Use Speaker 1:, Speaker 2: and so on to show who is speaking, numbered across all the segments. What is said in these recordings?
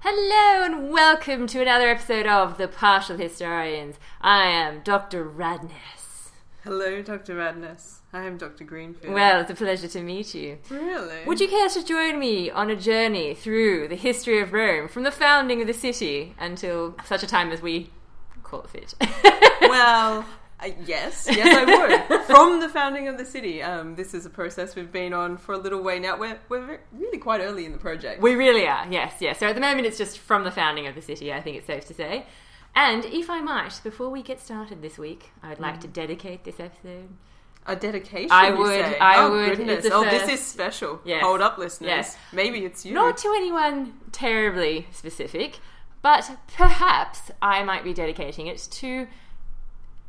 Speaker 1: Hello and welcome to another episode of The Partial Historians. I am Dr. Radness.
Speaker 2: Hello, Dr. Radness. I am Dr. Greenfield.
Speaker 1: Well, it's a pleasure to meet you.
Speaker 2: really?
Speaker 1: Would you care to join me on a journey through the history of Rome from the founding of the city until such a time as we call it fit?
Speaker 2: well, uh, yes, yes, I would. From the founding of the city, um, this is a process we've been on for a little way now. We're we're re- really quite early in the project.
Speaker 1: we really are, yes, yes. So at the moment it's just from the founding of the city, I think it's safe to say. And if I might, before we get started this week, I would like to dedicate this episode
Speaker 2: a dedication.
Speaker 1: I
Speaker 2: you
Speaker 1: would-
Speaker 2: say?
Speaker 1: I
Speaker 2: oh,
Speaker 1: would.
Speaker 2: Goodness.
Speaker 1: It's a
Speaker 2: Oh, this
Speaker 1: first.
Speaker 2: is special.
Speaker 1: Yes.
Speaker 2: Hold up, listeners.
Speaker 1: Yes.
Speaker 2: Maybe it's you.
Speaker 1: Not to anyone terribly specific, but perhaps I might be dedicating it to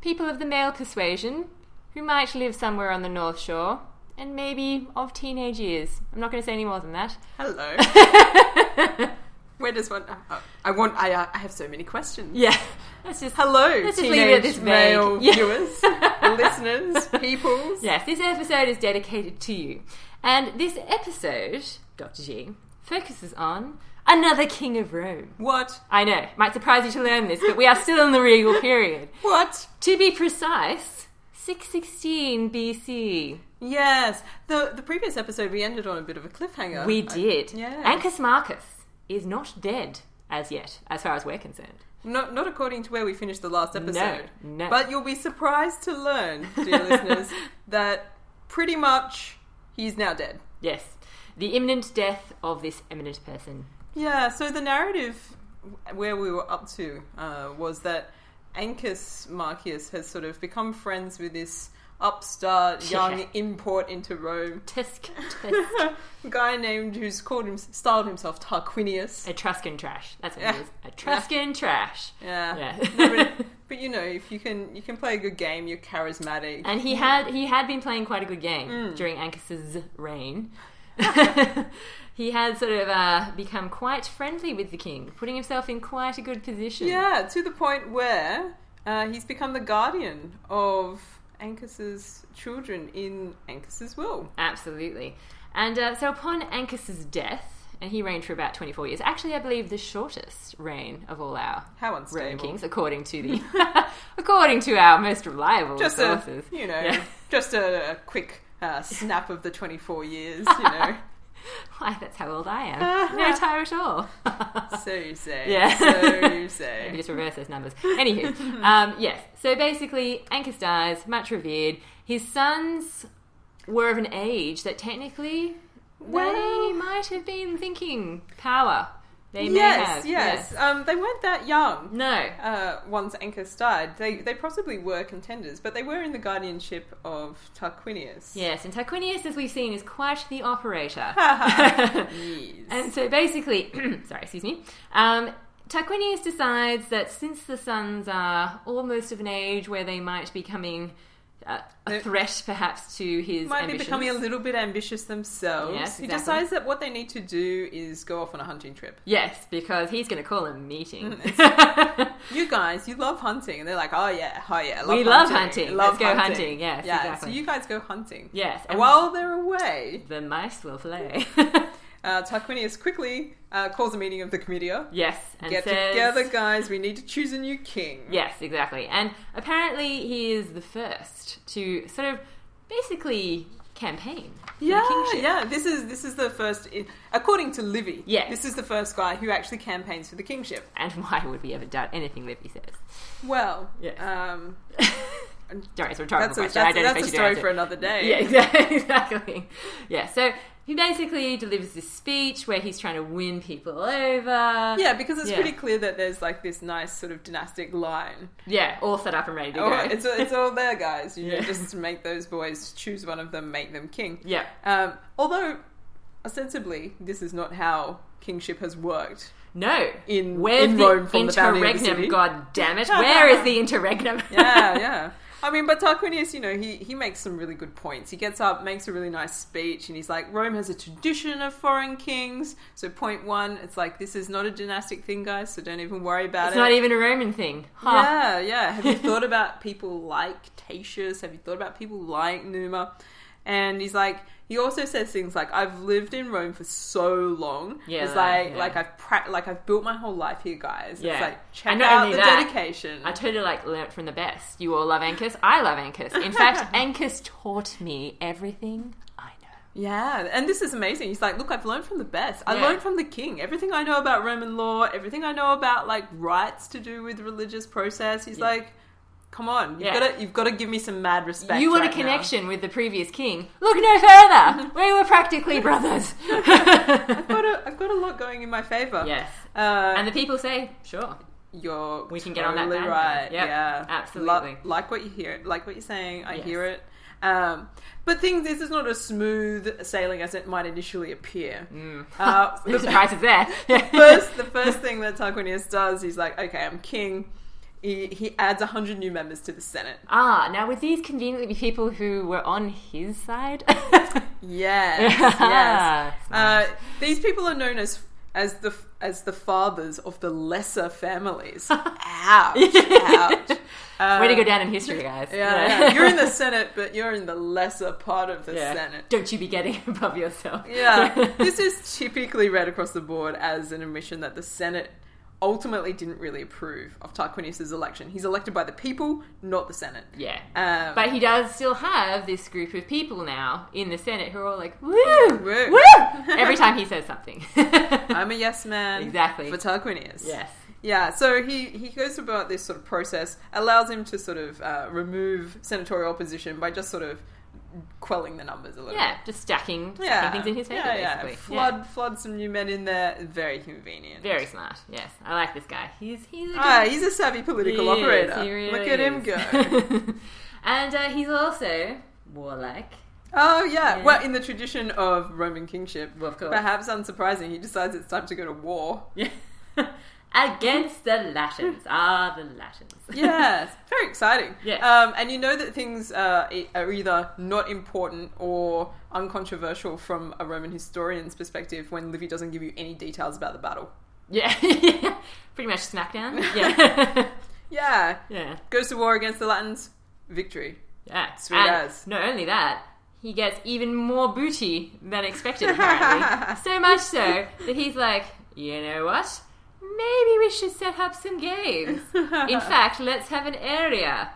Speaker 1: people of the male persuasion who might live somewhere on the North Shore and maybe of teenage years. I'm not going to say any more than that.
Speaker 2: Hello. Where does one? oh, Oh, I want. I uh, I have so many questions.
Speaker 1: yeah, that's just
Speaker 2: Hello,
Speaker 1: Let's just
Speaker 2: teenage
Speaker 1: leave it at this vague.
Speaker 2: male
Speaker 1: Yeah.
Speaker 2: viewers, listeners, peoples.
Speaker 1: Yes, this episode is dedicated to you. And this episode, Dr. G, focuses on another king of Rome.
Speaker 2: What?
Speaker 1: I know, might surprise you to learn this, but we are still in the regal period.
Speaker 2: What?
Speaker 1: To be precise, 616 BC.
Speaker 2: Yes. The the previous episode we ended on a bit of a cliffhanger.
Speaker 1: We
Speaker 2: Uh, I-
Speaker 1: did.
Speaker 2: yeah.
Speaker 1: Ancus Marcus is not dead as yet, as far as we're concerned.
Speaker 2: not not according to where we finished the last episode.
Speaker 1: no.
Speaker 2: But you'll be surprised to learn, dear listeners, that pretty much he's now dead.
Speaker 1: Yes. The imminent death of this eminent person.
Speaker 2: Yeah, so the narrative where we were up to uh, was that Ancus Marcius has sort of become friends with this upstart young
Speaker 1: Yeah.
Speaker 2: import into Rome
Speaker 1: Tisk, tisk.
Speaker 2: guy named who's called him styled himself Tarquinius.
Speaker 1: Etruscan trash. That's what it
Speaker 2: Yeah.
Speaker 1: is. Etruscan trash.
Speaker 2: Yeah.
Speaker 1: Yeah.
Speaker 2: No, but, but you know, if you can you can play a good game, you're charismatic.
Speaker 1: And he had he had been playing quite a good game
Speaker 2: Mm.
Speaker 1: during Ancus's reign. he had sort of uh, become quite friendly with the king, putting himself in quite a good position.
Speaker 2: yeah, to the point where uh, he's become the guardian of Ancus's children in Ancus's will.
Speaker 1: Absolutely. And uh, so upon Ancus's death, and he reigned for about 24 years, actually, I believe the shortest reign of all our
Speaker 2: How
Speaker 1: Roman
Speaker 2: unstable.
Speaker 1: kings, according to the according to our most reliable
Speaker 2: Just a
Speaker 1: sources.
Speaker 2: you know,
Speaker 1: Yeah.
Speaker 2: just a, a quick uh, snap of the 24 years, you know.
Speaker 1: Why, that's how old I
Speaker 2: Uh-huh.
Speaker 1: am. no time at all.
Speaker 2: so you say.
Speaker 1: Yeah.
Speaker 2: So you
Speaker 1: Maybe
Speaker 2: say.
Speaker 1: just reverse those numbers. Anywho, um, yes. So basically, Ancus dies, much revered. His sons were of an age that technically they
Speaker 2: Well-
Speaker 1: might have been thinking power. They may
Speaker 2: Yes,
Speaker 1: have.
Speaker 2: yes. Um, they weren't that young.
Speaker 1: No.
Speaker 2: uh, once Ancus died, they they possibly were contenders, but they were in the guardianship of Tarquinius.
Speaker 1: Yes, and Tarquinius, as we've seen, is quite the operator.
Speaker 2: Yes.
Speaker 1: and so basically, sorry, excuse me. Um, Tarquinius decides that since the sons are almost of an age where they might be coming uh, a
Speaker 2: They-
Speaker 1: threat, perhaps to his
Speaker 2: Might be
Speaker 1: ambitions.
Speaker 2: becoming a little bit ambitious themselves.
Speaker 1: Yes,
Speaker 2: He
Speaker 1: exactly.
Speaker 2: decides that what they need to do is go off on a hunting trip.
Speaker 1: Yes, because he's going to call a meeting.
Speaker 2: Mm, You guys, you love hunting, and they're like, "Oh yeah, oh yeah, love
Speaker 1: We
Speaker 2: hunting.
Speaker 1: love hunting.
Speaker 2: love
Speaker 1: Let's go hunting." Yes,
Speaker 2: yeah.
Speaker 1: exactly.
Speaker 2: So you guys go hunting.
Speaker 1: yes,
Speaker 2: And
Speaker 1: and
Speaker 2: while they're away,
Speaker 1: the mice will play.
Speaker 2: uh, Tarquinius quickly uh, calls a meeting of the Comitia.
Speaker 1: yes, and
Speaker 2: Get
Speaker 1: says,
Speaker 2: together, guys. We need to choose a new king.
Speaker 1: Yes, exactly. And apparently, he is the first to sort of basically campaign. for the
Speaker 2: Yeah,
Speaker 1: kingship.
Speaker 2: yeah. This is this is the first, according to Livy.
Speaker 1: Yes.
Speaker 2: this is the first guy who actually campaigns for the kingship.
Speaker 1: And why would we ever doubt anything Livy says?
Speaker 2: Well,
Speaker 1: Yes.
Speaker 2: um,
Speaker 1: Sorry, it's a rhetorical
Speaker 2: that's a,
Speaker 1: question.
Speaker 2: that's,
Speaker 1: I don't
Speaker 2: that's
Speaker 1: expect
Speaker 2: a
Speaker 1: you to
Speaker 2: story
Speaker 1: answer.
Speaker 2: for another day.
Speaker 1: Yeah, exactly. exactly. Yeah, so he basically delivers this speech where he's trying to win people over.
Speaker 2: Yeah, because it's
Speaker 1: Yeah.
Speaker 2: pretty clear that there's like this nice sort of dynastic line.
Speaker 1: Yeah, all set up and ready to
Speaker 2: Oh,
Speaker 1: go.
Speaker 2: it's, it's all there, guys. You
Speaker 1: Yeah.
Speaker 2: know, just make those boys choose one of them, make them king.
Speaker 1: yeah.
Speaker 2: Um, although, ostensibly, this is not how kingship has worked.
Speaker 1: No.
Speaker 2: In-
Speaker 1: Where's
Speaker 2: in
Speaker 1: the
Speaker 2: Rome from the founding of the
Speaker 1: interregnum?
Speaker 2: city?
Speaker 1: God damn it! Where is the interregnum?
Speaker 2: yeah, yeah. I mean, but Tarquinius, you know, he, he makes some really good points. He gets up, makes a really nice speech, and he's like, Rome has a tradition of foreign kings. So, point one, it's like, this is not a dynastic thing, guys, so don't even worry about
Speaker 1: It's
Speaker 2: it.
Speaker 1: not even a Roman thing. Huh.
Speaker 2: yeah, yeah. Have you thought about people like Tatius? Have you thought about people like Numa? And he's like, he also says things like, "I've lived in Rome for so long.
Speaker 1: Yeah,
Speaker 2: it's like
Speaker 1: yeah.
Speaker 2: like I've pra- like I've built my whole life here, guys.
Speaker 1: Yeah.
Speaker 2: It's like check
Speaker 1: And not
Speaker 2: out
Speaker 1: only
Speaker 2: the
Speaker 1: that,
Speaker 2: dedication.
Speaker 1: I totally like learnt from the best. You all love Ankus. I love Ankus. In fact, Ankus taught me everything I know.
Speaker 2: yeah, and this is amazing. He's like, look, I've learned from the best. I
Speaker 1: Yeah.
Speaker 2: learned from the king. Everything I know about Roman law, everything I know about like rights to do with religious process. He's
Speaker 1: Yeah.
Speaker 2: like, come on, you've
Speaker 1: Yeah.
Speaker 2: got to you've got to give me some mad respect.
Speaker 1: you want
Speaker 2: right
Speaker 1: a
Speaker 2: now."
Speaker 1: connection with the previous king? Look no further. we were practically brothers.
Speaker 2: I've got a, I've got a lot going in my favor.
Speaker 1: yes.
Speaker 2: Uh,
Speaker 1: And the people say, sure.
Speaker 2: You're
Speaker 1: We can get on that
Speaker 2: totally
Speaker 1: bandwagon.
Speaker 2: right.
Speaker 1: Yep,
Speaker 2: yeah,
Speaker 1: absolutely.
Speaker 2: Lo- like what you hear, like what you're saying. I
Speaker 1: Yes.
Speaker 2: hear it. Um, but things this is not as smooth sailing as it might initially appear.
Speaker 1: Mm.
Speaker 2: Uh,
Speaker 1: No
Speaker 2: the,
Speaker 1: surprises there.
Speaker 2: first, the first thing that Tarquinius does, he's like, "Okay, I'm king." He, he adds hundred new members to the Senate.
Speaker 1: Ah, now would these conveniently be people who were on his side?
Speaker 2: Yes, yes.
Speaker 1: Ah,
Speaker 2: Uh, these people are known as as the as the fathers of the lesser families. ouch! ouch. Uh,
Speaker 1: Way to go down in history, guys.
Speaker 2: Yeah, yeah. you're in the Senate, but you're in the lesser part of the
Speaker 1: Yeah.
Speaker 2: Senate.
Speaker 1: Don't you be getting above yourself.
Speaker 2: Yeah, this is typically read across the board as an admission that the Senate ultimately didn't really approve of Tarquinius' election. He's elected by the people, not the Senate.
Speaker 1: yeah.
Speaker 2: Um,
Speaker 1: But he does still have this group of people now in the Senate who are all like, woo,
Speaker 2: Woo. Uh,
Speaker 1: woo, every time he says something.
Speaker 2: I'm a yes man.
Speaker 1: Exactly.
Speaker 2: For Tarquinius.
Speaker 1: yes.
Speaker 2: Yeah, so he, he goes about this sort of process, allows him to sort of uh, remove senatorial opposition by just sort of quelling the numbers a little bit.
Speaker 1: Yeah, just stacking, stacking things in his favor,
Speaker 2: yeah, yeah.
Speaker 1: basically. Yeah.
Speaker 2: Flood, flood some new men in there. Very convenient.
Speaker 1: Very smart. Yes, I like this guy. He's he's a good
Speaker 2: Ah, he's a savvy political
Speaker 1: He is,
Speaker 2: operator.
Speaker 1: he really
Speaker 2: Look at him go.
Speaker 1: is. and uh, he's also warlike.
Speaker 2: oh yeah.
Speaker 1: Yeah.
Speaker 2: Well, in the tradition of Roman kingship,
Speaker 1: Well, of course.
Speaker 2: perhaps unsurprising, he decides it's time to go to war.
Speaker 1: Against the Latins. Ah, the Latins.
Speaker 2: Yes, very exciting.
Speaker 1: Yes.
Speaker 2: Um, and you know that things uh, e- are either not important or uncontroversial from a Roman historian's perspective when Livy doesn't give you any details about the battle.
Speaker 1: yeah. Pretty much SmackDown. Yeah.
Speaker 2: Yeah,
Speaker 1: yeah.
Speaker 2: goes to war against the Latins, victory.
Speaker 1: Yeah.
Speaker 2: Sweet
Speaker 1: and
Speaker 2: as.
Speaker 1: Not only that, he gets even more booty than expected, apparently. so much so that he's like, you know what? Maybe we should set up some games. In fact, let's have an area.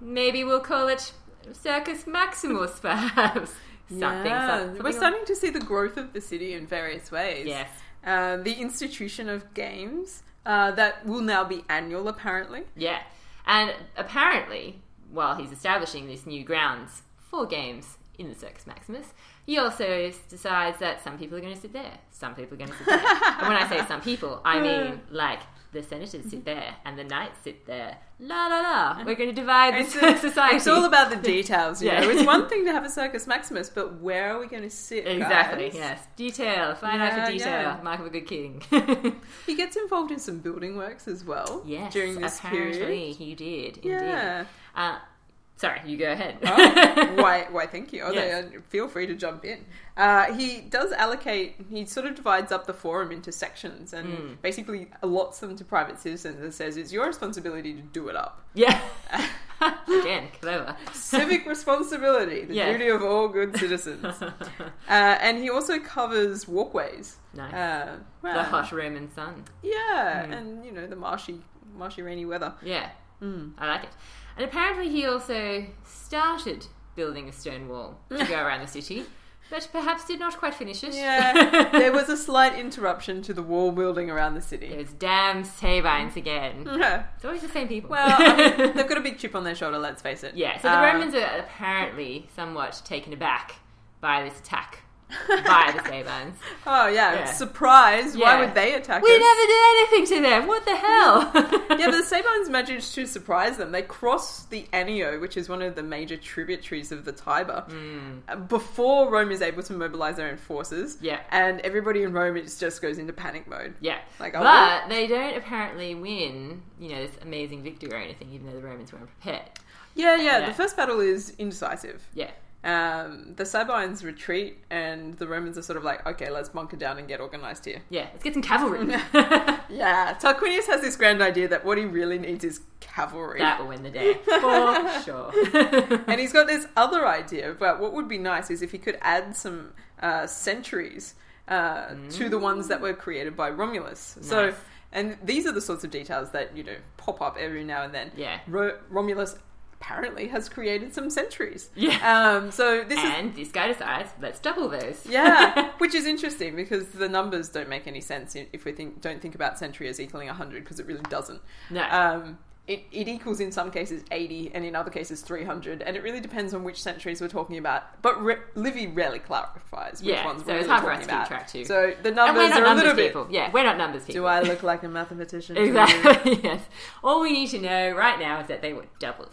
Speaker 1: Maybe we'll call it Circus Maximus, perhaps. something,
Speaker 2: Yeah.
Speaker 1: some- something.
Speaker 2: We're
Speaker 1: like-
Speaker 2: starting to see the growth of the city in various ways.
Speaker 1: Yes.
Speaker 2: Um, the institution of games uh, that will now be annual, apparently.
Speaker 1: Yeah. And apparently, while he's establishing these new grounds for games in the Circus Maximus, he also s- decides that some people are going to sit there, some people are going to sit there. and when I say some people,
Speaker 2: Uh.
Speaker 1: I mean like the senators sit there and the knights sit there. La la la. We're going to divide
Speaker 2: It's,
Speaker 1: the society.
Speaker 2: it's all about the details, you
Speaker 1: Yeah.
Speaker 2: know. It's one thing to have a Circus Maximus, but where are we going to sit?
Speaker 1: Exactly.
Speaker 2: guys?
Speaker 1: Yes. Detail. Fine eye
Speaker 2: Yeah,
Speaker 1: for detail.
Speaker 2: yeah.
Speaker 1: Mark of a good king.
Speaker 2: He gets involved in some building works as well
Speaker 1: yes.
Speaker 2: during this
Speaker 1: apparently
Speaker 2: period.
Speaker 1: he did. Indeed.
Speaker 2: Yeah.
Speaker 1: Uh, sorry. You go ahead.
Speaker 2: Oh, why, why, thank you. Oh,
Speaker 1: Yes.
Speaker 2: they- feel free to jump in. Uh, he does allocate, he sort of divides up the forum into sections and
Speaker 1: Hmm.
Speaker 2: basically allots them to private citizens and says, it's your responsibility to do it up.
Speaker 1: Yeah. Again, clever.
Speaker 2: Civic responsibility, the
Speaker 1: Yes.
Speaker 2: duty of all good citizens. uh, and he also covers walkways.
Speaker 1: Nice.
Speaker 2: Uh, well,
Speaker 1: the Hmm. hot Roman sun.
Speaker 2: Yeah, and you know, the marshy, marshy rainy weather.
Speaker 1: Yeah.
Speaker 2: Hmm.
Speaker 1: I like it. And apparently he also started building a stone wall to go around the city, but perhaps did not quite finish it.
Speaker 2: Yeah, there was a slight interruption to the wall building around the city.
Speaker 1: Those damn Sabines again.
Speaker 2: Yeah.
Speaker 1: It's always the same people.
Speaker 2: Well, I mean, they've got a big chip on their shoulder, let's face it.
Speaker 1: yeah, so the
Speaker 2: Uh,
Speaker 1: Romans are apparently somewhat taken aback by this attack by the Sabines.
Speaker 2: Oh, yeah.
Speaker 1: Yeah.
Speaker 2: Surprise. Why
Speaker 1: Yeah.
Speaker 2: would they attack
Speaker 1: We
Speaker 2: us?
Speaker 1: never did anything to them. What the hell?
Speaker 2: yeah, but the Sabines managed to surprise them. They crossed the Anio, which is one of the major tributaries of the Tiber,
Speaker 1: Hmm.
Speaker 2: uh, before Rome is able to mobilize their own forces.
Speaker 1: Yeah.
Speaker 2: And everybody in Rome is- just goes into panic mode.
Speaker 1: Yeah.
Speaker 2: Like, oh,
Speaker 1: but they don't apparently win, you know, this amazing victory or anything, even though the Romans weren't prepared.
Speaker 2: Yeah, yeah.
Speaker 1: Yeah.
Speaker 2: The first battle is indecisive.
Speaker 1: Yeah.
Speaker 2: Um, the Sabines retreat, and the Romans are sort of like, okay, let's bunker down and get organized here.
Speaker 1: Yeah, let's get some cavalry.
Speaker 2: Yeah, Tarquinius has this grand idea that what he really needs is cavalry.
Speaker 1: that will win the day for sure.
Speaker 2: and he's got this other idea about what would be nice is if he could add some uh, centuries uh, to the ones that were created by Romulus. So,
Speaker 1: Nice.
Speaker 2: and these are the sorts of details that you know pop up every now and then.
Speaker 1: Yeah.
Speaker 2: Ro- Romulus apparently has created some centuries.
Speaker 1: Yeah.
Speaker 2: Um, so this is
Speaker 1: and this guy decides, let's double those.
Speaker 2: yeah, which is interesting because the numbers don't make any sense in- if we think don't think about century as equaling 100 because it really doesn't.
Speaker 1: No.
Speaker 2: Um, it, it equals in some cases 80 and in other cases 300 and it really depends on which centuries we're talking about. But re- Livy rarely clarifies which
Speaker 1: Yeah,
Speaker 2: ones
Speaker 1: so
Speaker 2: we're
Speaker 1: it's
Speaker 2: really
Speaker 1: hard for us
Speaker 2: talking
Speaker 1: to keep
Speaker 2: about.
Speaker 1: track too.
Speaker 2: So the
Speaker 1: and we're
Speaker 2: numbers
Speaker 1: not
Speaker 2: are a
Speaker 1: numbers
Speaker 2: little bit.
Speaker 1: people. Yeah, we're not numbers people.
Speaker 2: Do I look like a mathematician? to you?
Speaker 1: Exactly. yes. All we need to know right now is that they were double.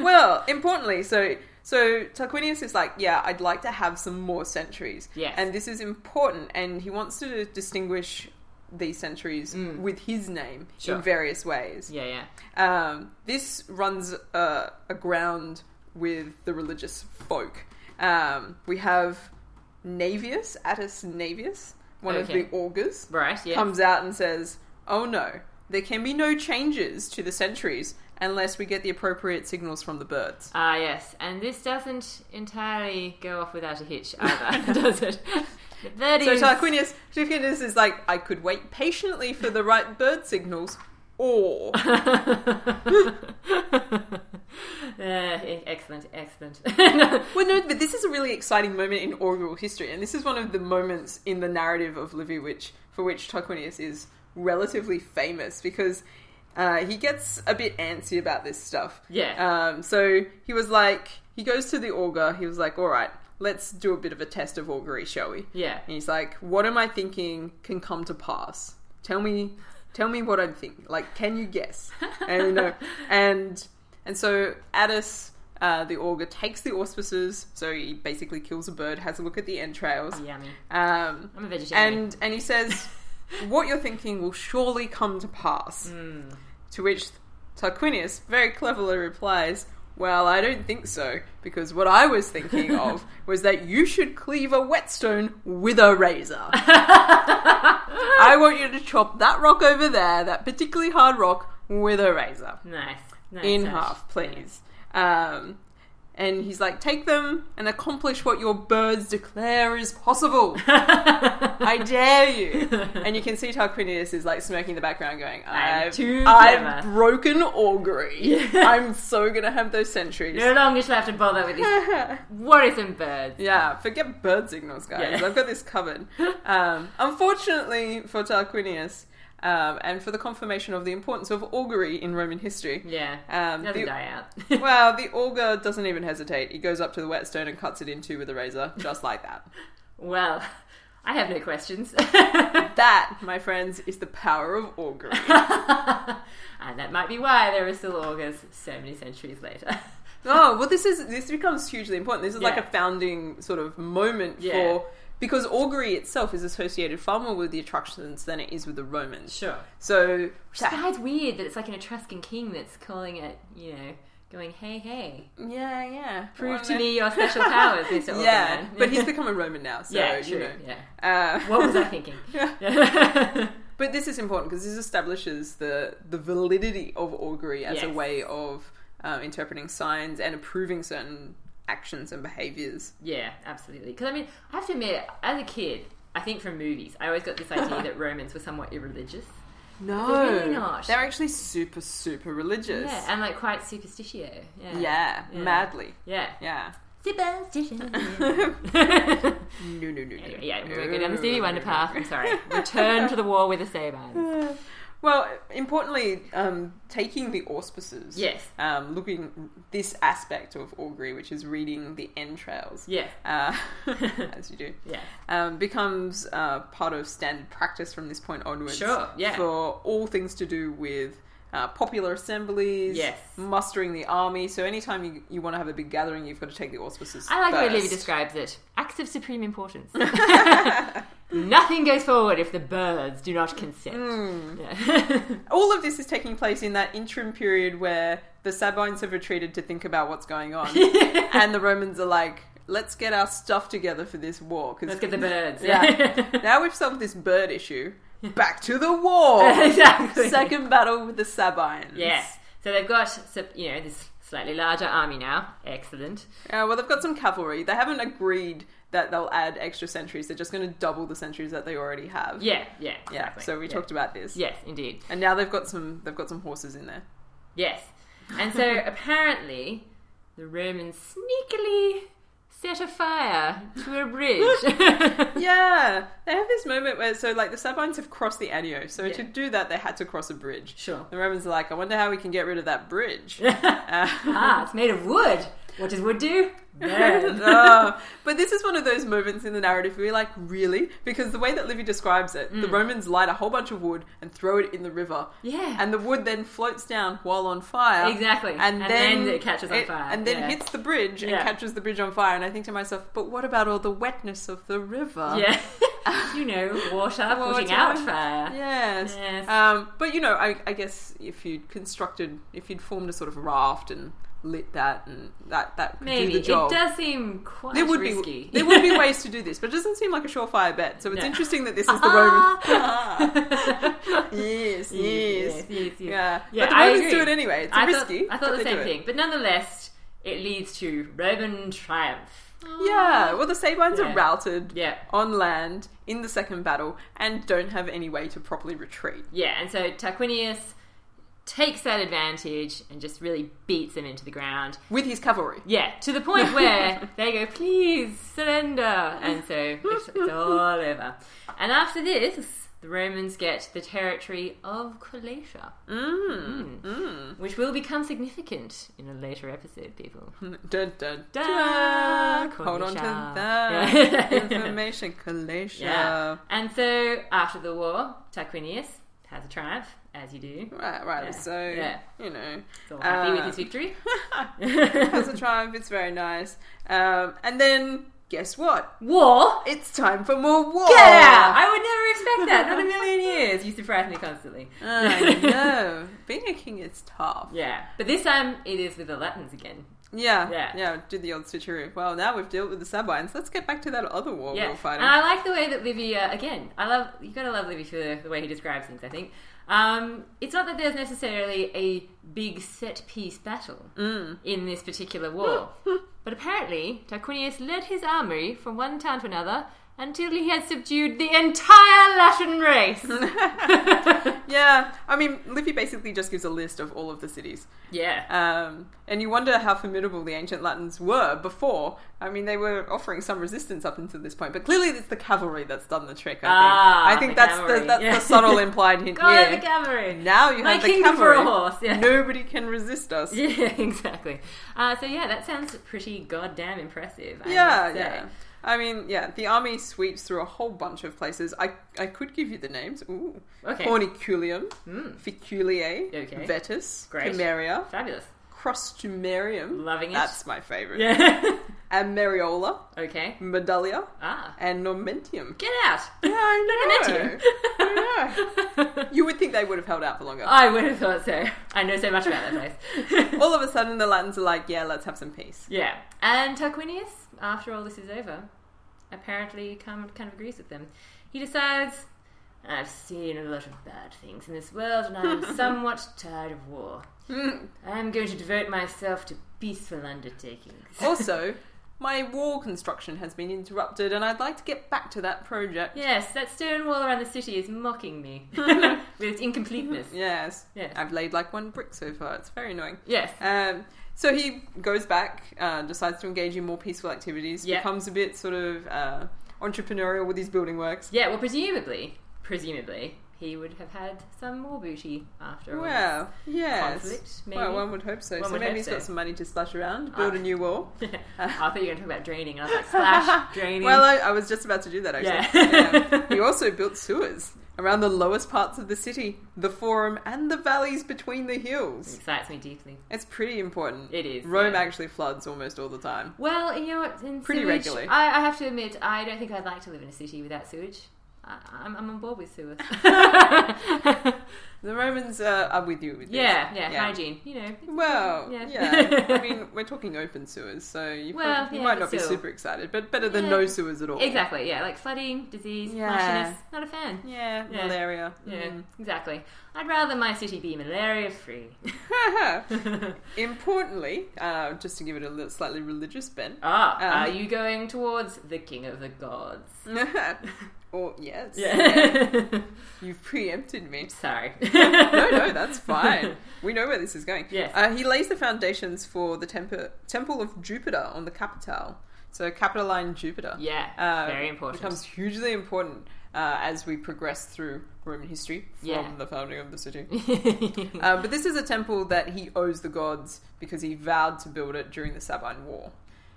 Speaker 2: Well, importantly, so so Tarquinius is like, yeah, I'd like to have some more centuries.
Speaker 1: Yes.
Speaker 2: And this is important and he wants to distinguish these centuries with his name
Speaker 1: Mm. Sure.
Speaker 2: in various ways.
Speaker 1: yeah, yeah.
Speaker 2: Um, this runs uh, aground with the religious folk. Um, we have Navius, Attis Navius, one
Speaker 1: Okay.
Speaker 2: of the augurs
Speaker 1: Right, yeah.
Speaker 2: comes out and says, "Oh no, there can be no changes to the centuries unless we get the appropriate signals from the birds."
Speaker 1: Ah, yes. And this doesn't entirely go off without a hitch either, does it? That
Speaker 2: So
Speaker 1: is-
Speaker 2: Tarquinius, Tarquinius is like, "I could wait patiently for the right bird signals." Or
Speaker 1: Yeah, Eh, e- excellent, excellent. No.
Speaker 2: well, no, but this is a really exciting moment in oral history, and this is one of the moments in the narrative of Livy, which for which Tarquinius is relatively famous because uh, he gets a bit antsy about this stuff.
Speaker 1: yeah.
Speaker 2: Um, so he was like, he goes to the augur. He was like, all right, let's do a bit of a test of augury, shall we?
Speaker 1: yeah.
Speaker 2: And he's like, what am I thinking can come to pass? Tell me, tell me what I'm thinking. Like, can you guess? And you know, and and so Addis. Uh, the augur takes the auspices, so he basically kills a bird, has a look at the entrails,
Speaker 1: Yummy.
Speaker 2: um,
Speaker 1: I'm a vegetarian.
Speaker 2: and and he says, "What you're thinking will surely come to pass."
Speaker 1: Hmm.
Speaker 2: To which Tarquinius very cleverly replies, "Well, I don't think so, because what I was thinking of was that you should cleave a whetstone with a razor. I want you to chop that rock over there, that particularly hard rock, with a razor."
Speaker 1: nice. nice
Speaker 2: in
Speaker 1: touch.
Speaker 2: half, please. Um, and he's like, take them and accomplish what your birds declare is possible. I dare you. And you can see Tarquinius is like smirking in the background, going,
Speaker 1: I'm
Speaker 2: I've,
Speaker 1: too clever."
Speaker 2: I've broken augury. I'm so going to have those centuries.
Speaker 1: No longer shall I have to bother with these worrisome birds.
Speaker 2: Yeah, forget bird signals, guys.
Speaker 1: Yeah.
Speaker 2: I've got this covered. Um, unfortunately for Tarquinius um, and for the confirmation of the importance of augury in Roman history,
Speaker 1: Yeah.
Speaker 2: um,
Speaker 1: Doesn't
Speaker 2: the-
Speaker 1: die out.
Speaker 2: well, the auger doesn't even hesitate. He goes up to the whetstone and cuts it in two with a razor, just like that.
Speaker 1: well, I have no questions.
Speaker 2: That, my friends, is the power of augury.
Speaker 1: and that might be why there are still augurs so many centuries later.
Speaker 2: oh, well, this is this becomes hugely important. This is like
Speaker 1: Yeah.
Speaker 2: a founding sort of moment
Speaker 1: Yeah.
Speaker 2: for because augury itself is associated far more with the Etruscans than it is with the Romans.
Speaker 1: sure.
Speaker 2: So,
Speaker 1: Besides, weird that it's like an Etruscan king that's calling it, you know, going, hey, hey,
Speaker 2: yeah, yeah,
Speaker 1: prove
Speaker 2: Well,
Speaker 1: to
Speaker 2: no-
Speaker 1: me your special powers, Mr. Augur
Speaker 2: Yeah,
Speaker 1: man."
Speaker 2: but he's become a Roman now, so
Speaker 1: yeah,
Speaker 2: you
Speaker 1: true.
Speaker 2: know.
Speaker 1: Yeah.
Speaker 2: Uh,
Speaker 1: What was I thinking?
Speaker 2: But this is important because this establishes the the validity of augury as a
Speaker 1: Yes.
Speaker 2: way of um, interpreting signs and approving certain actions and behaviors.
Speaker 1: Yeah, absolutely. Because I mean, I have to admit, as a kid, I think from movies, I always got this idea that Romans were somewhat irreligious.
Speaker 2: No,
Speaker 1: really not.
Speaker 2: They're actually super super religious.
Speaker 1: Yeah, and like quite superstitio. Yeah.
Speaker 2: Yeah,
Speaker 1: Yeah.
Speaker 2: madly.
Speaker 1: Yeah.
Speaker 2: Yeah.
Speaker 1: Superstition.
Speaker 2: No, no, no, no.
Speaker 1: anyway, yeah, we're going to go down the Stevie Wonder path. I'm sorry. Return to the war with the Sabines.
Speaker 2: Well, importantly, um, taking the auspices.
Speaker 1: Yes.
Speaker 2: Um, looking this aspect of augury, which is reading the entrails.
Speaker 1: Yeah.
Speaker 2: Uh, as you do.
Speaker 1: Yeah.
Speaker 2: um, becomes uh, part of standard practice from this point onwards.
Speaker 1: Sure, yeah.
Speaker 2: For all things to do with uh, popular assemblies,
Speaker 1: Yes.
Speaker 2: mustering the army. So anytime you, you want to have a big gathering, you've got to take the auspices.
Speaker 1: I like the way
Speaker 2: first.
Speaker 1: Livy describes it. Acts of supreme importance. Nothing goes forward if the birds
Speaker 2: Hmm.
Speaker 1: do not consent. Yeah.
Speaker 2: All of this is taking place in that interim period where the the Sabines have retreated to think about what's going on, and the Romans are like, let's get our stuff together for this war. Cause
Speaker 1: Let's get the birds.
Speaker 2: Yeah. now we've solved this bird issue. Back to the war.
Speaker 1: exactly.
Speaker 2: Second battle with the Sabines.
Speaker 1: Yes. So they've got so, you know this slightly larger army now. Excellent.
Speaker 2: Uh, well, they've got some cavalry. They haven't agreed that they'll add extra sentries. They're just going to double the sentries that they already have.
Speaker 1: Yeah. Yeah.
Speaker 2: Yeah.
Speaker 1: exactly.
Speaker 2: So we
Speaker 1: Yeah.
Speaker 2: talked about this.
Speaker 1: Yes, indeed.
Speaker 2: And now they've got some. They've got some horses in there.
Speaker 1: Yes. And so apparently the Romans sneakily set a fire to a bridge.
Speaker 2: Yeah, they have this moment where so like the Sabines have crossed the Anio, so
Speaker 1: Yeah.
Speaker 2: to do that they had to cross a bridge.
Speaker 1: Sure.
Speaker 2: The Romans are like, I wonder how we can get rid of that bridge. Uh,
Speaker 1: ah, it's made of wood. What does wood do? Burn.
Speaker 2: oh. But this is one of those moments in the narrative where you're like, really? Because the way that Livy describes it,
Speaker 1: Mm.
Speaker 2: the Romans light a whole bunch of wood and throw it in the river.
Speaker 1: Yeah.
Speaker 2: And the wood then floats down while on fire.
Speaker 1: Exactly. And
Speaker 2: And, then,
Speaker 1: then it catches on fire.
Speaker 2: And then
Speaker 1: Yeah.
Speaker 2: hits the bridge and
Speaker 1: Yeah.
Speaker 2: catches the bridge on fire. And I think to myself, but what about all the wetness of the river?
Speaker 1: yeah. you know, water, putting
Speaker 2: Water.
Speaker 1: out fire.
Speaker 2: Yes.
Speaker 1: Yes.
Speaker 2: Um, but you know, I, I guess if you'd constructed, if you'd formed a sort of raft and lit that, and that that could
Speaker 1: Maybe.
Speaker 2: do the
Speaker 1: It
Speaker 2: job.
Speaker 1: does seem quite
Speaker 2: there would
Speaker 1: risky.
Speaker 2: be there would be ways to do this, but it doesn't seem like a surefire bet. So it's
Speaker 1: No.
Speaker 2: interesting that this is the Roman.
Speaker 1: Ah. Yes,
Speaker 2: yes, yes,
Speaker 1: yes, yes.
Speaker 2: yeah.
Speaker 1: Yeah,
Speaker 2: But the
Speaker 1: I
Speaker 2: Romans do
Speaker 1: agree.
Speaker 2: it anyway. It's
Speaker 1: I
Speaker 2: risky.
Speaker 1: Thought, I thought
Speaker 2: but
Speaker 1: the
Speaker 2: they
Speaker 1: same
Speaker 2: do it.
Speaker 1: thing, but nonetheless, it leads to Roman triumph.
Speaker 2: Yeah. Well, the Sabines
Speaker 1: Yeah.
Speaker 2: are routed
Speaker 1: Yeah,
Speaker 2: on land in the second battle and don't have any way to properly retreat.
Speaker 1: yeah, and so Tarquinius takes that advantage and just really beats him into the ground.
Speaker 2: with his cavalry.
Speaker 1: Yeah, to the point where they go, please surrender, and so it's, it's all over. And after this, the Romans get the territory of Collatia, Mm. which will become significant in a later episode, people.
Speaker 2: Dun, dun,
Speaker 1: Dun,
Speaker 2: dun. Hold on to
Speaker 1: Collision.
Speaker 2: that
Speaker 1: Yeah.
Speaker 2: information, Kalisha.
Speaker 1: Yeah. And so after the war, Tarquinius has a triumph, as you do.
Speaker 2: Right, right.
Speaker 1: Yeah.
Speaker 2: So
Speaker 1: Yeah.
Speaker 2: you know,
Speaker 1: He's all happy with
Speaker 2: Uh,
Speaker 1: his victory.
Speaker 2: that's a triumph. It's very nice. Um, and then guess what?
Speaker 1: War?
Speaker 2: It's time for more war.
Speaker 1: Yeah! I would never expect that. Not a million years. You surprise me constantly.
Speaker 2: I know. Being a king is tough.
Speaker 1: yeah. But this time it is with the Latins again.
Speaker 2: Yeah,
Speaker 1: Yeah.
Speaker 2: yeah. do the old switcheroo. Well, now we've dealt with the Sabines. Let's get back to that other war we
Speaker 1: Yeah.
Speaker 2: were
Speaker 1: And
Speaker 2: fighting.
Speaker 1: I like the way that Livy, uh, again, I love, you gotta love Livy for the, the way he describes things, I think. Um, it's not that there's necessarily a big set piece battle
Speaker 2: Mm.
Speaker 1: in this particular war, but apparently Tarquinius led his army from one town to another until he had subdued the entire Latin race.
Speaker 2: yeah, I mean, Livy basically just gives a list of all of the cities.
Speaker 1: yeah.
Speaker 2: Um, and you wonder how formidable the ancient Latins were before. I mean, they were offering some resistance up until this point, but clearly it's the cavalry that's done the trick. I think,
Speaker 1: Ah,
Speaker 2: I think
Speaker 1: the
Speaker 2: that's
Speaker 1: cavalry.
Speaker 2: the that's
Speaker 1: Yeah.
Speaker 2: the subtle implied hint
Speaker 1: Go
Speaker 2: here.
Speaker 1: the cavalry.
Speaker 2: now you
Speaker 1: My
Speaker 2: have the
Speaker 1: kingdom for
Speaker 2: cavalry.
Speaker 1: a horse. Yeah.
Speaker 2: Nobody can resist us.
Speaker 1: Yeah, exactly. Uh, so yeah, that sounds pretty goddamn impressive. I
Speaker 2: yeah,
Speaker 1: must say.
Speaker 2: yeah. I mean, yeah, the army sweeps through a whole bunch of places. I I could give you the names. Ooh.
Speaker 1: Okay.
Speaker 2: Corniculium,
Speaker 1: Mm.
Speaker 2: Ficulae,
Speaker 1: Okay.
Speaker 2: Vetus,
Speaker 1: Great.
Speaker 2: Cameria,
Speaker 1: Fabulous.
Speaker 2: Crostumerium.
Speaker 1: Loving it.
Speaker 2: That's my favorite.
Speaker 1: Yeah.
Speaker 2: Amariola,
Speaker 1: okay.
Speaker 2: Medallia,
Speaker 1: Ah.
Speaker 2: and Normentium.
Speaker 1: Get out.
Speaker 2: Yeah, I know.
Speaker 1: Normentium.
Speaker 2: I know. You would think they would have held out for longer.
Speaker 1: I would have thought so. I know so much about that place.
Speaker 2: All of a sudden, the Latins are like, yeah, let's have some peace.
Speaker 1: yeah. And Tarquinius, after all this is over, apparently kind kind of agrees with them. He decides, I've seen a lot of bad things in this world, and I'm somewhat tired of war.
Speaker 2: Mm.
Speaker 1: I'm going to devote myself to peaceful undertakings.
Speaker 2: Also, my wall construction has been interrupted, and I'd like to get back to that project.
Speaker 1: Yes, that stone wall around the city is mocking me with its incompleteness.
Speaker 2: Yes.
Speaker 1: Yes.
Speaker 2: I've laid like one brick so far. It's very annoying.
Speaker 1: Yes.
Speaker 2: Um, so he goes back, uh, decides to engage in more peaceful activities,
Speaker 1: Yeah.
Speaker 2: becomes a bit sort of uh, entrepreneurial with his building works.
Speaker 1: Yeah, well, presumably, presumably, he would have had some more booty after all this
Speaker 2: Well, yes.
Speaker 1: conflict, maybe.
Speaker 2: Well, one would hope so.
Speaker 1: One
Speaker 2: so
Speaker 1: would
Speaker 2: maybe
Speaker 1: hope
Speaker 2: he's got
Speaker 1: so. Ah.
Speaker 2: some money to splash around, build a new wall.
Speaker 1: I thought you were going to talk about draining, and I was like, splash, draining.
Speaker 2: uh, Well, uh, I, I was just about to do that actually.
Speaker 1: Yeah.
Speaker 2: Yeah. He also built sewers around the lowest parts of the city, the forum, and the valleys between the
Speaker 1: it
Speaker 2: hills.
Speaker 1: excites me deeply.
Speaker 2: It's pretty important.
Speaker 1: It is.
Speaker 2: Rome
Speaker 1: yeah.
Speaker 2: actually floods almost all the time.
Speaker 1: Well, you know what? In
Speaker 2: Pretty
Speaker 1: sewage,
Speaker 2: regularly.
Speaker 1: I, I have to admit, I don't think I'd like to live in a city without sewage. I, I'm, I'm on board with sewers.
Speaker 2: The Romans uh, are with you with this.
Speaker 1: yeah, yeah, hygiene. You know,
Speaker 2: Well,
Speaker 1: Yeah.
Speaker 2: yeah. I mean, we're talking open sewers, so you,
Speaker 1: Well,
Speaker 2: prob- you
Speaker 1: yeah,
Speaker 2: might
Speaker 1: but
Speaker 2: not be
Speaker 1: still.
Speaker 2: super excited, but better than
Speaker 1: Yeah.
Speaker 2: no sewers at all.
Speaker 1: exactly. Yeah, like flooding, disease,
Speaker 2: Yeah.
Speaker 1: marshiness. Not a fan.
Speaker 2: Yeah,
Speaker 1: Yeah.
Speaker 2: malaria.
Speaker 1: Yeah,
Speaker 2: Mm.
Speaker 1: exactly. I'd rather my city be malaria free.
Speaker 2: Importantly, uh, just to give it a little slightly religious bent.
Speaker 1: Ah,
Speaker 2: Um,
Speaker 1: are you going towards the king of the gods?
Speaker 2: or yes,
Speaker 1: Yeah.
Speaker 2: you've preempted me.
Speaker 1: Sorry.
Speaker 2: No, no, that's fine. We know where this is going.
Speaker 1: Yes.
Speaker 2: Uh, he lays the foundations for the temp- temple of Jupiter on the Capitol. So, Capitoline Jupiter.
Speaker 1: Yeah,
Speaker 2: uh,
Speaker 1: very important.
Speaker 2: Becomes hugely important uh, as we progress through Roman history from
Speaker 1: Yeah.
Speaker 2: the founding of the city. Uh, but this is a temple that he owes the gods because he vowed to build it during the Sabine War.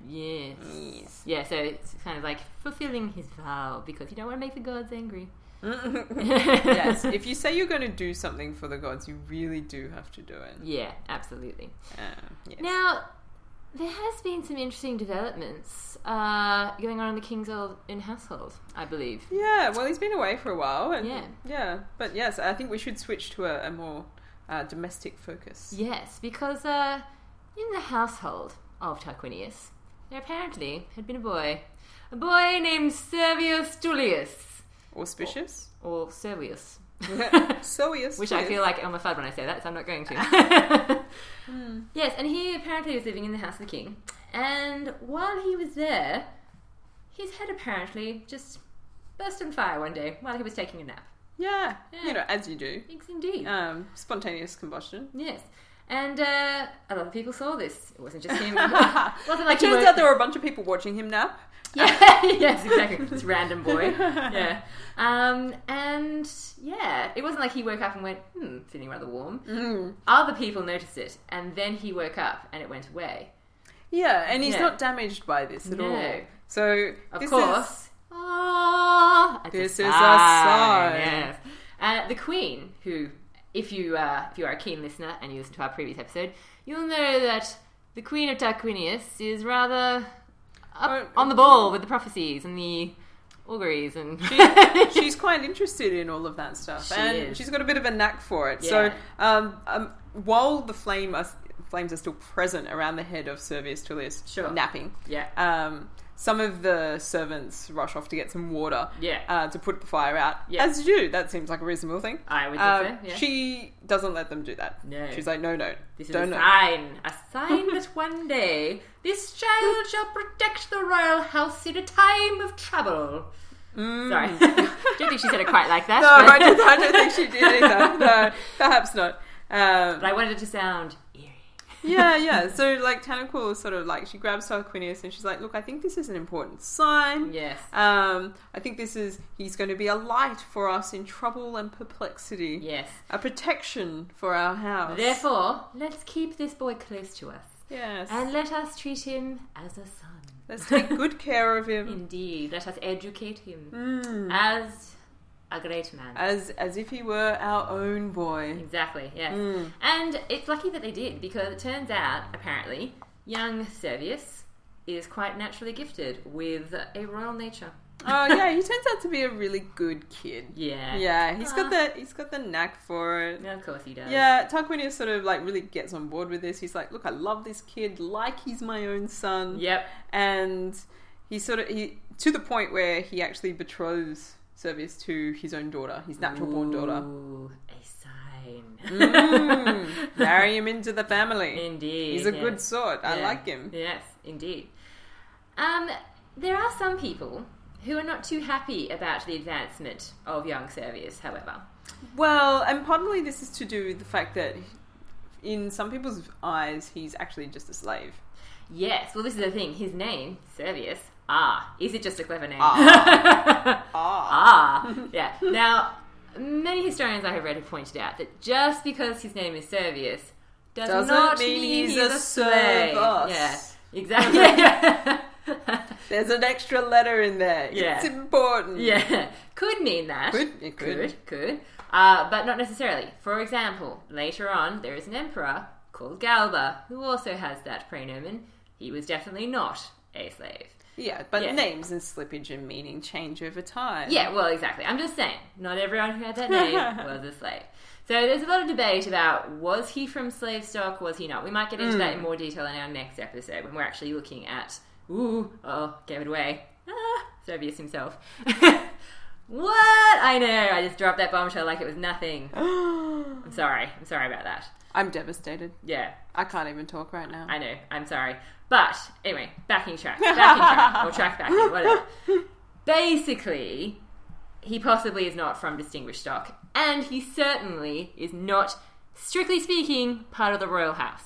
Speaker 1: yes.
Speaker 2: Yes.
Speaker 1: Yeah, so it's kind of like fulfilling his vow because you don't want to make the gods angry.
Speaker 2: yes, if you say you're going to do something for the gods, you really do have to do it.
Speaker 1: Yeah, absolutely.
Speaker 2: Uh, yeah.
Speaker 1: Now, there has been some interesting developments uh, going on in the King's old in household, I believe.
Speaker 2: Yeah, well, he's been away for a while. And
Speaker 1: Yeah.
Speaker 2: yeah. But yes, I think we should switch to a, a more uh, domestic focus.
Speaker 1: Yes, because uh, in the household of Tarquinius, there apparently had been a boy. A boy named Servius Tullius.
Speaker 2: Auspicious?
Speaker 1: Or Servius.
Speaker 2: so yes.
Speaker 1: Which I
Speaker 2: yes.
Speaker 1: feel like I'm a fud when I say that, so I'm not going to.
Speaker 2: Hmm.
Speaker 1: Yes, and he apparently was living in the house of the king. And while he was there, his head apparently just burst on fire one day while he was taking a nap.
Speaker 2: Yeah,
Speaker 1: Yeah.
Speaker 2: you know, as you do.
Speaker 1: Thanks indeed.
Speaker 2: Um, spontaneous combustion.
Speaker 1: Yes. And uh, a lot of people saw this. It wasn't just him. wasn't like
Speaker 2: It
Speaker 1: he
Speaker 2: turns
Speaker 1: woke-
Speaker 2: out there were a bunch of people watching him nap.
Speaker 1: Yeah, yes, exactly. This random boy. Yeah. Um, and yeah, it wasn't like he woke up and went, hmm, feeling rather warm.
Speaker 2: Mm.
Speaker 1: Other people noticed it, and then he woke up and it went away.
Speaker 2: Yeah, and he's
Speaker 1: Yeah.
Speaker 2: not damaged by this at
Speaker 1: No.
Speaker 2: all. So
Speaker 1: Of
Speaker 2: this is,
Speaker 1: course. Ah, it's
Speaker 2: This is a sign.
Speaker 1: Yes. Uh, the Queen, who, if you uh, if you are a keen listener and you listen to our previous episode, you'll know that the Queen of Tarquinius is rather up
Speaker 2: Oh,
Speaker 1: on the ball with the prophecies and the auguries and
Speaker 2: she's quite interested in all of that stuff,
Speaker 1: She
Speaker 2: and
Speaker 1: is.
Speaker 2: she's got a bit of a knack for it.
Speaker 1: Yeah.
Speaker 2: So um, um, while the flame are, flames are still present around the head of Servius Tullius
Speaker 1: Sure.
Speaker 2: napping,
Speaker 1: yeah.
Speaker 2: um, some of the servants rush off to get some water
Speaker 1: Yeah.
Speaker 2: uh, to put the fire out.
Speaker 1: Yeah.
Speaker 2: As you do, that seems like a reasonable thing.
Speaker 1: I would
Speaker 2: Um,
Speaker 1: think so. Yeah.
Speaker 2: She doesn't let them do that.
Speaker 1: No.
Speaker 2: She's like, no, no,
Speaker 1: this is
Speaker 2: don't
Speaker 1: a
Speaker 2: know.
Speaker 1: sign, a sign that one day this child shall protect the royal house in a time of trouble. Sorry, don't think she said it quite like that.
Speaker 2: Mm. No, I
Speaker 1: but,
Speaker 2: don't, I don't think she did either. No, perhaps not. Um,
Speaker 1: but I wanted it to sound eerie.
Speaker 2: yeah, yeah. So like Tanaquil is sort of like she grabs Tarquinius and she's like, look, I think this is an important sign.
Speaker 1: Yes.
Speaker 2: Um, I think this is he's going to be a light for us in trouble and perplexity,
Speaker 1: Yes.
Speaker 2: a protection for our house.
Speaker 1: Therefore, let's keep this boy close to us
Speaker 2: yes,
Speaker 1: and let us treat him as a son.
Speaker 2: let's take good care of him.
Speaker 1: Indeed, let us educate him
Speaker 2: Mm.
Speaker 1: as a great man.
Speaker 2: as as if he were our own boy.
Speaker 1: Exactly, yes.
Speaker 2: Mm.
Speaker 1: And it's lucky that they did because it turns out, apparently, young Servius is quite naturally gifted with a royal nature.
Speaker 2: Oh yeah, he turns out to be a really good kid.
Speaker 1: Yeah.
Speaker 2: Yeah, he's
Speaker 1: Ah.
Speaker 2: got the he's got the knack for it.
Speaker 1: Of course he does.
Speaker 2: Yeah, Tarquinius sort of like really gets on board with this. He's like, look, I love this kid like he's my own son.
Speaker 1: Yep.
Speaker 2: And he sort of he to the point where he actually betroths Servius to his own daughter, his natural born daughter.
Speaker 1: Ooh, a sign.
Speaker 2: Mm, marry him into the family.
Speaker 1: Indeed.
Speaker 2: He's a
Speaker 1: yes.
Speaker 2: good sort. I
Speaker 1: Yeah.
Speaker 2: like him.
Speaker 1: Yes, indeed. Um, there are some people who are not too happy about the advancement of young Servius, however.
Speaker 2: Well, and partly this is to do with the fact that in some people's eyes he's actually just a slave.
Speaker 1: Yes, well, this is the thing. His name, Servius. Ah, is it just a clever name?
Speaker 2: Ah.
Speaker 1: Ah, yeah. Now, many historians I have read have pointed out that just because his name is Servius does
Speaker 2: Doesn't
Speaker 1: not
Speaker 2: mean
Speaker 1: mean
Speaker 2: he's
Speaker 1: he's,
Speaker 2: a
Speaker 1: a slave. Yeah,
Speaker 2: servus.
Speaker 1: exactly. Yeah.
Speaker 2: There's an extra letter in there.
Speaker 1: Yeah.
Speaker 2: It's important.
Speaker 1: yeah, could mean that.
Speaker 2: Could, it could.
Speaker 1: could, could. Uh, but not necessarily. For example, later on, there is an emperor called Galba who also has that prenomen. He was definitely not a slave.
Speaker 2: Yeah, but
Speaker 1: Yeah.
Speaker 2: names and slippage and meaning change over time.
Speaker 1: Yeah, well, exactly. I'm just saying, not everyone who had that name was a slave. So there's a lot of debate about was he from slave stock, was he not? We might get into that in more detail in our next episode when we're actually looking at, ooh, oh, gave it away. Ah, Servius himself. what? I know, I just dropped that bombshell like it was nothing. I'm sorry. I'm sorry about that.
Speaker 2: I'm devastated.
Speaker 1: Yeah,
Speaker 2: I can't even talk right now.
Speaker 1: I know. I'm sorry. But anyway, backing track, backing track, or track backing, whatever. Basically, he possibly is not from distinguished stock, and he certainly is not, strictly speaking, part of the royal house.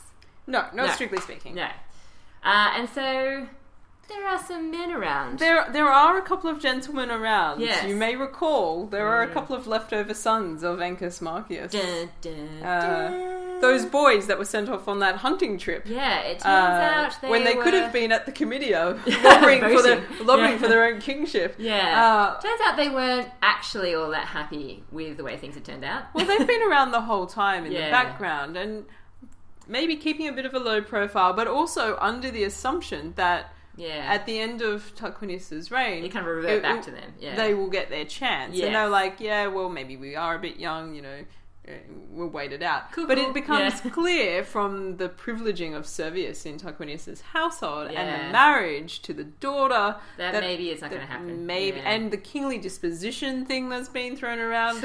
Speaker 2: No, not
Speaker 1: No.
Speaker 2: strictly speaking.
Speaker 1: No. Uh, and so there are some men around.
Speaker 2: There, there are a couple of gentlemen around.
Speaker 1: Yes. Mm.
Speaker 2: You may recall there are a couple of leftover sons of Ancus Marcius.
Speaker 1: Dun, dun,
Speaker 2: Uh,
Speaker 1: dun.
Speaker 2: Those boys that were sent off on that hunting trip.
Speaker 1: Yeah, it turns
Speaker 2: uh,
Speaker 1: out they
Speaker 2: when they
Speaker 1: were...
Speaker 2: could have been at the Comitia lobbying, for, their,
Speaker 1: Voting.
Speaker 2: lobbying
Speaker 1: Yeah.
Speaker 2: for their own kingship.
Speaker 1: Yeah.
Speaker 2: Uh,
Speaker 1: turns out they weren't actually all that happy with the way things had turned out.
Speaker 2: Well, they've been around the whole time in
Speaker 1: Yeah.
Speaker 2: the background and maybe keeping a bit of a low profile, but also under the assumption that
Speaker 1: yeah.
Speaker 2: at the end of Tarquinius's reign,
Speaker 1: They kind of revert
Speaker 2: it-
Speaker 1: back
Speaker 2: it-
Speaker 1: to them. Yeah.
Speaker 2: they will get their chance.
Speaker 1: Yes.
Speaker 2: And they're like, yeah, well, maybe we are a bit young, you know, uh, we'll wait it out.
Speaker 1: Cool,
Speaker 2: but
Speaker 1: cool.
Speaker 2: it becomes
Speaker 1: Yeah.
Speaker 2: clear from the privileging of Servius in Tarquinius's household and
Speaker 1: Yeah.
Speaker 2: the marriage to the daughter
Speaker 1: That maybe it's not gonna
Speaker 2: that
Speaker 1: happen.
Speaker 2: Maybe
Speaker 1: Yeah.
Speaker 2: and the kingly disposition thing that's been thrown around.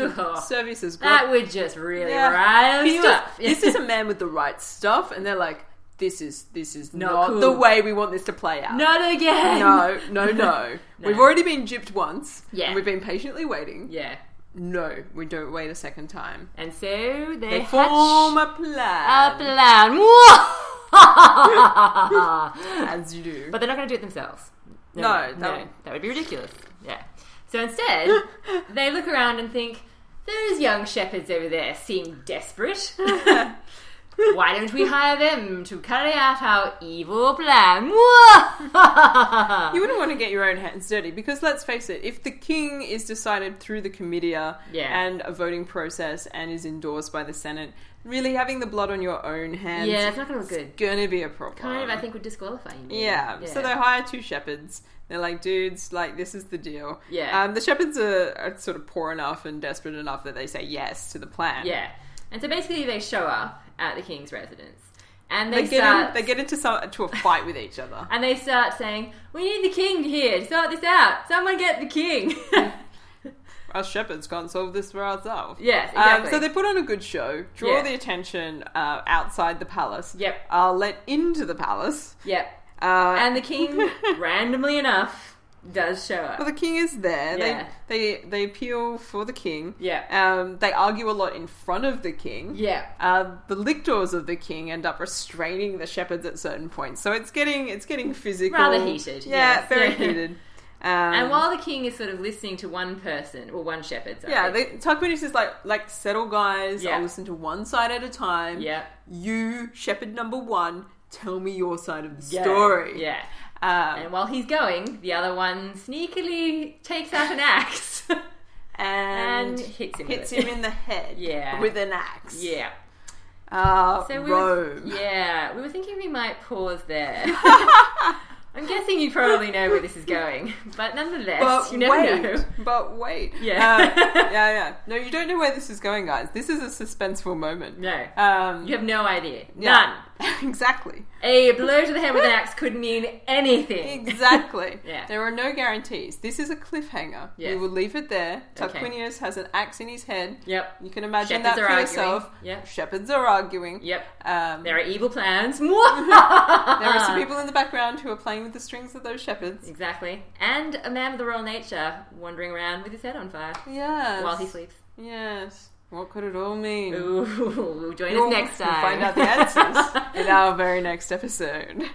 Speaker 2: Servius has got
Speaker 1: that would just really
Speaker 2: yeah.
Speaker 1: rile
Speaker 2: He's
Speaker 1: you
Speaker 2: just-
Speaker 1: up.
Speaker 2: this is a man with the right stuff, and they're like, this is this is
Speaker 1: Not
Speaker 2: not,
Speaker 1: cool.
Speaker 2: the way we want this to play out.
Speaker 1: not again.
Speaker 2: No, no, no. We've already been gypped once.
Speaker 1: Yeah.
Speaker 2: And we've been patiently waiting.
Speaker 1: Yeah.
Speaker 2: No, we don't wait a second time.
Speaker 1: And so they,
Speaker 2: They
Speaker 1: hatch
Speaker 2: form a
Speaker 1: a
Speaker 2: plan.
Speaker 1: plan. Whoa!
Speaker 2: As you do.
Speaker 1: but they're not going to do it themselves.
Speaker 2: No, that
Speaker 1: no,
Speaker 2: would-
Speaker 1: that would be ridiculous. Yeah. So instead, they look around and think, those young shepherds over there seem desperate. Why don't we hire them to carry out our evil plan? Whoa!
Speaker 2: you wouldn't want to get your own hands dirty because let's face it, if the king is decided through the comitia
Speaker 1: Yeah.
Speaker 2: and a voting process and is endorsed by the Senate, really having the blood on your own hands
Speaker 1: yeah, it's not going to look good.
Speaker 2: is gonna be a problem.
Speaker 1: Kind of, I think, would disqualify you. maybe.
Speaker 2: Yeah. So they hire two shepherds. They're like, dudes, like this is the deal.
Speaker 1: Yeah.
Speaker 2: Um, the shepherds are, are sort of poor enough and desperate enough that they say yes to the plan.
Speaker 1: yeah, and so basically they show up at the king's residence, and they,
Speaker 2: They, get
Speaker 1: start
Speaker 2: in, they get into some to a fight with each other.
Speaker 1: and they start saying, "We need the king here to sort this out. Someone get the king."
Speaker 2: Us shepherds can't solve this for ourselves.
Speaker 1: yes, exactly.
Speaker 2: Um, so they put on a good show, draw
Speaker 1: Yeah.
Speaker 2: the attention uh, outside the palace.
Speaker 1: Yep.
Speaker 2: Are let into the palace.
Speaker 1: yep,
Speaker 2: Uh,
Speaker 1: and the king, randomly enough, does show up.
Speaker 2: Well, the king is there.
Speaker 1: Yeah.
Speaker 2: They, they they appeal for the king.
Speaker 1: Yeah.
Speaker 2: Um, they argue a lot in front of the king.
Speaker 1: Yeah.
Speaker 2: Uh, the lictors of the king end up restraining the shepherds at certain points, so it's getting it's getting physical.
Speaker 1: Rather heated,
Speaker 2: Yeah,
Speaker 1: yes.
Speaker 2: very heated. Um,
Speaker 1: and while the king is sort of listening to one person or one shepherd, sorry,
Speaker 2: yeah, they, Tarquinius is like like settle guys.
Speaker 1: Yeah.
Speaker 2: I'll listen to one side at a time.
Speaker 1: yeah,
Speaker 2: You shepherd number one, tell me your side of the
Speaker 1: yeah,
Speaker 2: story.
Speaker 1: yeah.
Speaker 2: Um,
Speaker 1: And while he's going, the other one sneakily takes out an axe.
Speaker 2: and,
Speaker 1: And hits him with
Speaker 2: hits
Speaker 1: it.
Speaker 2: him in the head.
Speaker 1: Yeah.
Speaker 2: with an axe.
Speaker 1: yeah.
Speaker 2: Uh,
Speaker 1: So we
Speaker 2: Rome.
Speaker 1: Were, yeah, we were thinking we might pause there. I'm guessing you probably know where this is going, but nonetheless,
Speaker 2: But
Speaker 1: you never
Speaker 2: wait,
Speaker 1: know.
Speaker 2: but wait.
Speaker 1: Yeah.
Speaker 2: Uh, yeah, yeah. No, you don't know where this is going, guys. This is a suspenseful moment.
Speaker 1: No,
Speaker 2: Um,
Speaker 1: you have no idea.
Speaker 2: yeah. exactly.
Speaker 1: None. A blow to the head with an axe could mean anything.
Speaker 2: Exactly.
Speaker 1: Yeah.
Speaker 2: There are no guarantees. This is a cliffhanger.
Speaker 1: Yes.
Speaker 2: We will leave it there.
Speaker 1: Okay.
Speaker 2: Tarquinius has an axe in his head.
Speaker 1: Yep.
Speaker 2: You can imagine
Speaker 1: Shepherds
Speaker 2: that
Speaker 1: are
Speaker 2: for
Speaker 1: arguing.
Speaker 2: yourself.
Speaker 1: Yep.
Speaker 2: Shepherds are arguing.
Speaker 1: Yep.
Speaker 2: Um,
Speaker 1: There are evil plans. there
Speaker 2: there
Speaker 1: are
Speaker 2: are some people in the background who are playing with the strings of those shepherds.
Speaker 1: Exactly. And a man of the royal nature wandering around with his head on fire
Speaker 2: Yes.
Speaker 1: while he sleeps.
Speaker 2: Yes. What could it all mean?
Speaker 1: Ooh, join
Speaker 2: You'll-
Speaker 1: us next
Speaker 2: you'll
Speaker 1: time.
Speaker 2: find out the answers in our very next episode.